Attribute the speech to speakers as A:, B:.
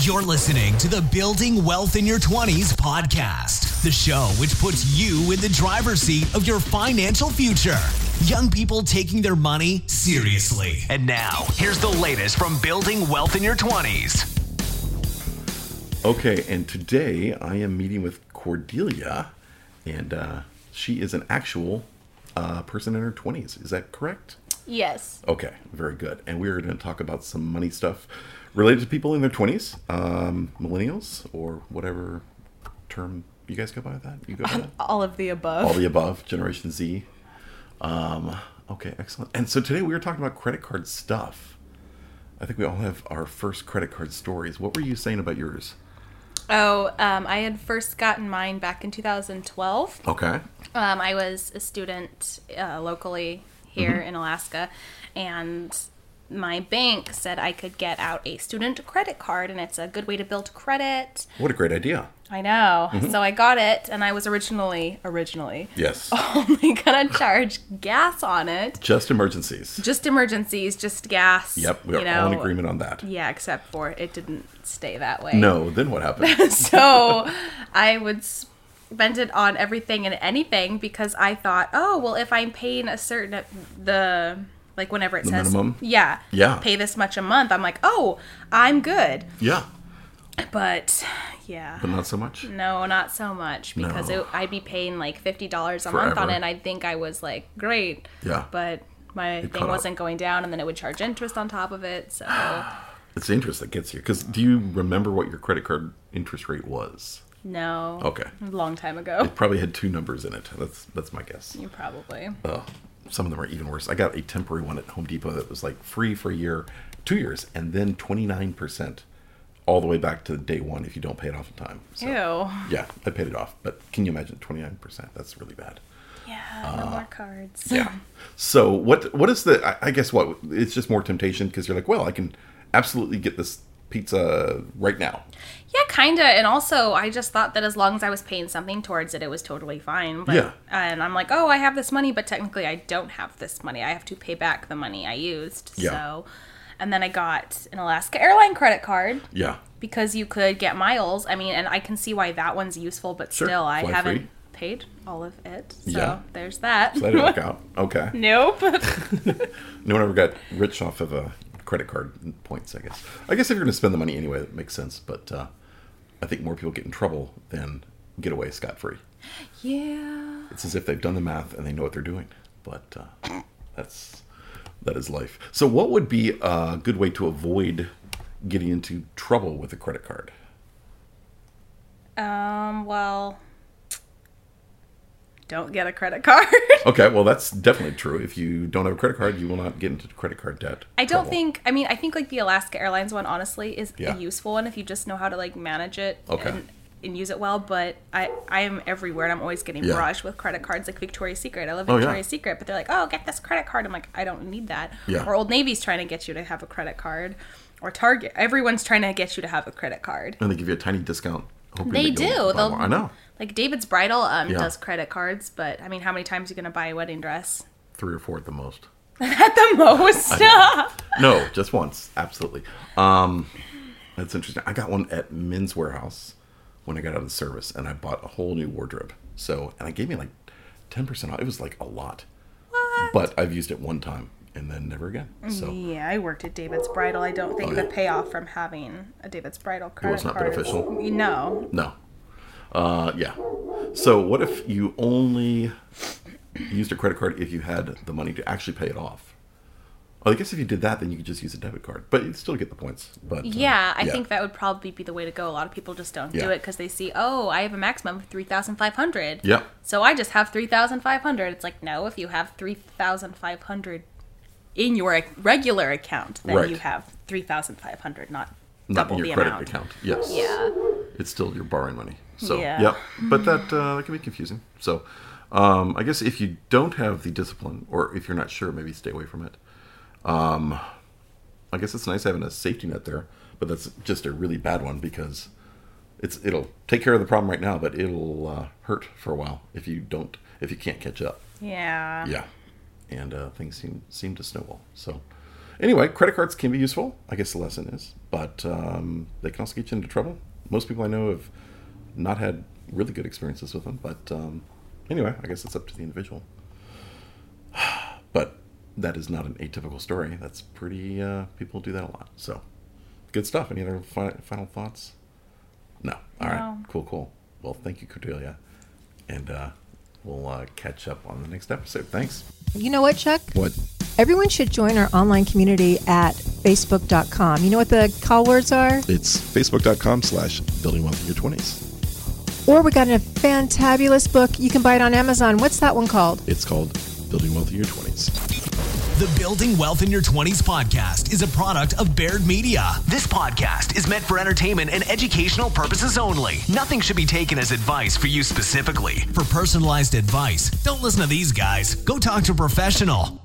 A: You're listening to the Building Wealth in Your 20s podcast, the show which puts you in the driver's seat of your financial future. Young people taking their money seriously. And now, here's the latest from Building Wealth in Your 20s.
B: Okay, and today I am meeting with Cordelia, and uh, she is an actual uh, person in her 20s. Is that correct?
C: Yes.
B: Okay, very good. And we're going to talk about some money stuff related to people in their 20s, um, millennials, or whatever term you guys go by that. You go by that?
C: All of the above.
B: All the above, Generation Z. Um, okay, excellent. And so today we were talking about credit card stuff. I think we all have our first credit card stories. What were you saying about yours?
C: oh, um, I had first gotten mine back in 2012.
B: Okay.
C: Um, I was a student uh, locally here
B: Mm-hmm.
C: in Alaska, and my bank said I could get out a student credit card, and it's a good way to build credit.
B: What a great idea.
C: I know.
B: Mm-hmm.
C: So I got it, and I was originally, originally
B: Yes.
C: only gonna charge gas on it.
B: Just emergencies.
C: Just emergencies, just gas.
B: Yep, we are
C: you
B: all in
C: know.
B: agreement on that.
C: Yeah, except for it didn't stay that way.
B: No, then what happened?
C: so I would spend it on everything and anything because I thought, oh well, if I'm paying a certain the like whenever it says
B: minimum?
C: yeah
B: Yeah.
C: pay this much a month, I'm like, oh, I'm good.
B: yeah,
C: But yeah.
B: but not so much.
C: no, not so much because
B: No.
C: it, I'd be paying like fifty dollars a month on
B: Forever.
C: it. and I'd think I was like great,
B: Yeah.
C: but my
B: caught
C: thing
B: up.
C: wasn't going down, and then it would charge interest on top of it. So
B: It's the interest that gets you. Because do you remember what your credit card interest rate was?
C: no,
B: Okay.
C: a long time ago,
B: It probably had two numbers in it. That's that's my guess.
C: probably.
B: Oh, some of them are even worse. I got a temporary one at Home Depot that was like free for a year, two years, and then twenty nine percent, all the way back to day one if you don't pay it off in time. So,
C: Ew.
B: Yeah, I paid it off, but can you imagine twenty nine percent? That's really bad.
C: Yeah, no more cards.
B: Uh, Yeah. So what what is the? I, I guess what it's just more temptation because you're like, well, I can absolutely get this pizza right now.
C: Yeah, kinda. And also, I just thought that as long as I was paying something towards it, it was totally fine. But,
B: Yeah.
C: And I'm like, oh, I have this money, but technically, I don't have this money. I have to pay back the money I used.
B: Yeah.
C: So, and then I got an Alaska Airline credit card
B: Yeah.
C: because you could get miles. I mean, and I can see why that one's useful, but
B: Sure.
C: still, I
B: Fly
C: haven't
B: free.
C: paid all of it. So
B: Yeah.
C: there's that.
B: That didn't work out. Okay.
C: nope.
B: No one ever got rich off of a credit card points, I guess. I guess if you're going to spend the money anyway, that makes sense. But uh, I think more people get in trouble than get away scot free.
C: yeah.
B: It's as if they've done the math and they know what they're doing. But uh, that's that is life. So, what would be a good way to avoid getting into trouble with a credit card?
C: Um, well, don't get a credit card.
B: Okay, well, that's definitely true. If you don't have a credit card, you will not get into credit card debt.
C: I don't
B: trouble.
C: think. I mean, I think like the Alaska Airlines one, honestly, is
B: Yeah.
C: a useful one if you just know how to like manage it
B: Okay.
C: and, and use it well. But I, I am everywhere, and I'm always getting
B: Yeah.
C: barraged with credit cards, like Victoria's Secret. I love
B: Oh, yeah.
C: Victoria's Secret, but they're like, oh, get this credit card. I'm like, I don't need that.
B: Yeah.
C: Or Old Navy's trying to get you to have a credit card, or Target. Everyone's trying to get you to have a credit card.
B: And they give you a tiny discount. hoping
C: They
B: that you'll
C: do.
B: buy
C: They'll-
B: more. I know.
C: Like David's Bridal um,
B: Yeah.
C: does credit cards, but I mean, how many times are you gonna buy a wedding dress?
B: Three or four at the most.
C: At the most.
B: no, just once. Absolutely. Um, that's interesting. I got one at Men's Warehouse when I got out of the service, and I bought a whole new wardrobe. So, and I gave me like ten percent off. It was like a lot,
C: What? Mm-hmm.
B: but I've used it one time and then never again. So
C: Yeah, I worked at David's Bridal. I don't think
B: Oh, yeah.
C: the payoff from having a David's Bridal credit
B: was not
C: card
B: beneficial?
C: Is, no,
B: no, uh, yeah. So what if you only used a credit card if you had the money to actually pay it off? Well, I guess if you did that, then you could just use a debit card, but you'd still get the points. But uh,
C: yeah, I think that would probably be the way to go. A lot of people just don't
B: Yeah.
C: do it because they see, oh, I have a maximum of three thousand five hundred.
B: Yeah.
C: So I just have three thousand five hundred. It's like no, if you have three thousand five hundred in your ac- regular account, then
B: Right.
C: you have three thousand five hundred, not
B: not
C: double
B: in your
C: the
B: credit
C: amount.
B: account. Yes.
C: Yeah.
B: It's still your borrowing money. So yeah.
C: Yeah.
B: But that uh, that can be confusing. So um, I guess if you don't have the discipline, or if you're not sure, maybe stay away from it. Um, I guess it's nice having a safety net there, but that's just a really bad one because it's it'll take care of the problem right now, but it'll uh, hurt for a while if you don't if you can't catch up.
C: Yeah.
B: Yeah, and uh, things seem seem to snowball. So, Anyway, credit cards can be useful. I guess the lesson is, but um, they can also get you into trouble. Most people I know have not had really good experiences with them, but um, anyway, I guess it's up to the individual. But that is not an atypical story. That's pretty. Uh, people do that a lot. So, good stuff. Any other fi- final thoughts? No. All right.
C: No.
B: Cool. Cool. Well, thank you, Cordelia, and uh, we'll uh, catch up on the next episode. Thanks.
D: You know what, Chuck?
B: What?
D: Everyone should join our online community at facebook.com. You know what the call words are?
E: It's facebook.com slash building wealth in your 20s.
D: Or we got a fantabulous book. You can buy it on Amazon. What's that one called?
E: It's called Building Wealth in Your 20s.
A: The Building Wealth in Your 20s podcast is a product of Baird Media. This podcast is meant for entertainment and educational purposes only. Nothing should be taken as advice for you specifically. For personalized advice, don't listen to these guys. Go talk to a professional.